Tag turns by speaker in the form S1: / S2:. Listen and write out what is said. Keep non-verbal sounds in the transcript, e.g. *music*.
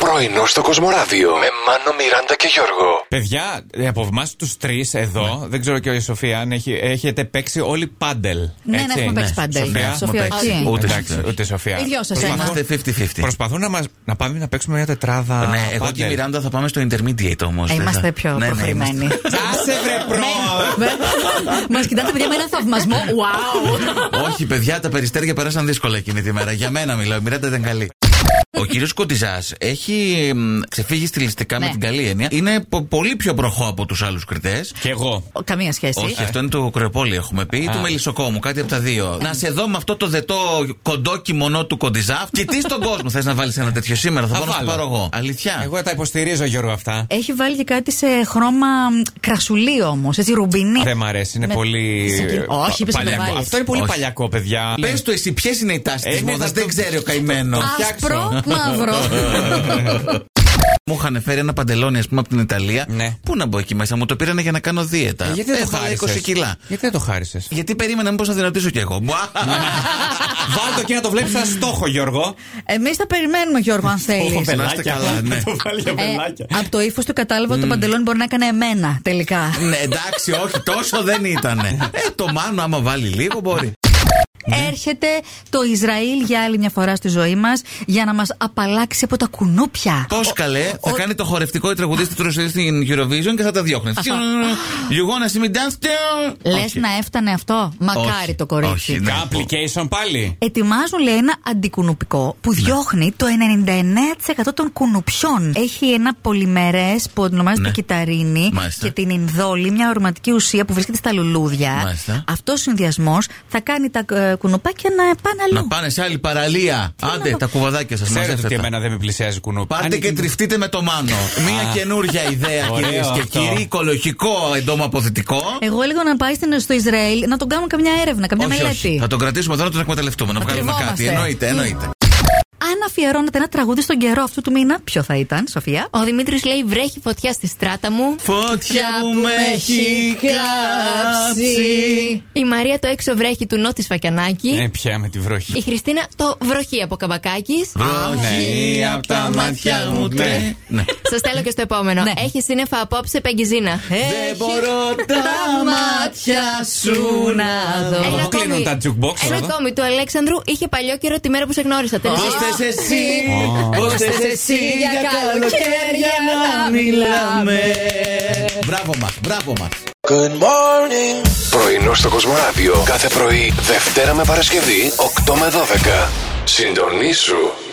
S1: Πρωινό στο Κοσμοράδιο με Μάνο, Μιράντα και Γιώργο.
S2: Παιδιά, ε, από εμάς τους τρεις εδώ,
S3: Ναι.
S2: δεν ξέρω και η Σοφία αν έχει, έχετε παίξει όλοι πάντελ.
S4: Ναι,
S2: έτσι.
S4: ναι, έχουμε παίξει παντέλ.
S2: Σοφία,
S4: Σοφία,
S3: έχουμε παίξει.
S4: όχι.
S3: Ούτε
S2: Εντάξει,
S3: Σοφία.
S2: ούτε Σοφία.
S4: Οι δυο σας
S2: Προσπαθούν-
S4: έχουμε.
S3: Είμαστε 50-50.
S2: Προσπαθούν να, μας, να πάμε να παίξουμε μια τετράδα.
S3: Ναι, εγώ και η
S2: πάντελ.
S3: Μιράντα θα πάμε στο intermediate όμως.
S4: Ε, Είμαστε
S3: Ναι,
S4: πιο προχωρημένοι. *laughs*
S2: Άσε
S4: Ναι.
S2: βρε προ!
S4: Μας κοιτάτε παιδιά με ένα θαυμασμό. Wow!
S3: Όχι, παιδιά, τα περιστέρια πέρασαν δύσκολα εκείνη τη μέρα. Για μένα μιλάω, η Μιράντα ήταν καλή. Ο κύριος Κοντιζάς έχει μ, ξεφύγει στιλιστικά με
S4: Ναι.
S3: την καλή έννοια. Είναι πο- πολύ πιο προχώ από τους άλλους κριτές.
S2: Και εγώ.
S4: Καμία σχέση.
S3: Όχι, αυτό είναι του Κρεοπόλη έχουμε πει, ή του Μελισσοκόμου, κάτι από τα δύο. Να σε δω με αυτό το δετό κοντό κιμονό του Κοντιζά. Και τι στον κόσμο θες να βάλεις ένα τέτοιο σήμερα, θα
S2: Θα
S3: πάω να σου
S2: βάλω.
S3: πάρω εγώ. Αλήθεια.
S2: Εγώ τα υποστηρίζω, Γιώργο, αυτά.
S4: Έχει βάλει και κάτι σε χρώμα μ, κρασουλί όμως. Έτσι, ρουμπινί.
S2: Δεν μ' αρέσει, είναι
S4: Ναι.
S2: πολύ.
S4: Συγκι- Όχι, είπες να με
S2: παλιακό.
S4: βάλεις.
S2: Αυτό είναι πολύ
S3: Όχι.
S2: παλιακό, παιδιά.
S3: Πες το εσύ, ποιες είναι οι τάσεις
S2: Ε,
S3: τη
S2: ναι,
S3: μόδας,
S2: θα
S3: δεν
S2: το-
S3: ξέρει ο καημένο.
S4: Άσπρο, μαύρο.
S2: Ε,
S3: Μου είχαν φέρει ένα παντελόνι, ας πούμε, από την Ιταλία.
S2: Ναι. Ε,
S3: Πού να μπω εκεί μέσα, μου το πήρανε για να κάνω δίαιτα.
S2: Γιατί δεν το
S3: Έβαλα 20
S2: χάρισε.
S3: κιλά.
S2: Γιατί δεν το
S4: *laughs*
S2: χάρισες.
S3: Γιατί περίμενα μήπως να δυνατήσω κι εγώ. Μπουά!
S2: Βάλτο και να το βλέπεις σαν στόχο, Γιώργο.
S4: Εμείς θα περιμένουμε, Γιώργο, αν θέλει.
S3: Να είστε καλά, ναι.
S2: *laughs*
S4: Ε, από το ύφος του κατάλαβα ότι το παντελόνι μπορεί να έκανε εμένα τελικά.
S3: Ναι, εντάξει, όχι, τόσο δεν ήταν. Ε, το μάνο, άμα βάλει λίγο, μπορεί. Ναι.
S4: Έρχεται το Ισραήλ για άλλη μια φορά στη ζωή μας για να μας απαλλάξει από τα κουνούπια.
S3: Πώς καλέ, θα
S4: ο-
S3: κάνει το χορευτικό η τραγουδίστρια του Ρωσίου στην Eurovision και θα τα
S4: *laughs*
S3: διώχνει. You wanna see me dance? till-
S4: Λες
S3: Όχι.
S4: να έφτανε αυτό. Μακάρι
S3: Όχι,
S4: το κορίτσι.
S3: όχι, ναι.
S2: Application πάλι.
S4: Ετοιμάζουν λέει ένα αντικουνουπικό
S3: Ναι.
S4: που διώχνει το 99% των κουνουπιών. Έχει ένα πολυμερές που ονομάζεται
S3: Ναι.
S4: κυταρίνη
S3: Μάλιστα.
S4: και την ενδόλη, μια αρωματική ουσία που βρίσκεται στα λουλούδια.
S3: Μάλιστα.
S4: Αυτός ο συνδυασμός θα κάνει τα ε, κουνουπάκια να πάνε αλλού.
S3: Να πάνε σε άλλη παραλία. Άντε,
S4: να-
S3: τα κουβαδάκια σας
S2: Ξέρετε
S3: μαζεύτε
S2: ότι
S3: τα.
S2: εμένα δεν με πλησιάζει κουνούπι.
S3: Πάρτε
S2: Αν-
S3: και τριφτείτε με το μάνο. Μία καινούργια ιδέα,
S2: Ωραίο
S3: κυρίες και
S2: αυτό.
S3: κύριοι. Οικολογικό εντόμο αποθητικό.
S4: Εγώ έλεγα να πάει στην- στο Ισραήλ να τον κάνουν καμιά έρευνα, καμιά
S3: όχι,
S4: μελέτη.
S3: όχι. Θα τον κρατήσουμε εδώ να τον εκμεταλλευτούμε, να βγάλουμε κάτι.
S4: κρυβόμαστε.
S3: Εννοείται, εννοείται.
S4: Αν αφιερώνεται ένα τραγούδι στον καιρό αυτού του μήνα, ποιο θα ήταν, Σοφία.
S5: Ο Δημήτρης λέει: Βρέχει φωτιά στη στράτα μου.
S3: Φωτιά που με έχει κάψει.
S5: Η Μαρία το έξω βρέχει του Νότη Φακιανάκη.
S2: Ε, πια με τη βροχή.
S5: Η Χριστίνα το βροχή από καμπακάκι.
S2: Ναι.
S3: Βροχή απ' τα μάτια μου τε. Ναι.
S5: Σας στέλνω και στο επόμενο.
S4: Ναι.
S5: Έχει σύννεφα απόψε πεγκιζίνα.
S3: Δεν μπορώ τα μάτια σου να δω.
S2: Εδώ
S5: Ένα
S2: κλείνουν
S5: ακόμη.
S2: τα jukebox
S5: Ένα
S2: εδώ.
S5: ακόμη του Αλέξανδρου είχε παλιό καιρό τη μέρα που σε γνώρισα. Τελικά.
S3: Πώς θες εσύ, πώς θες εσύ για καλοκαίρια να μιλάμε. Μπράβο μας, μπράβο μας.
S1: Πρωινό στο Κοσμοράδιο κάθε πρωί, Δευτέρα με Παρασκευή, 8 με 12. Συντονίσου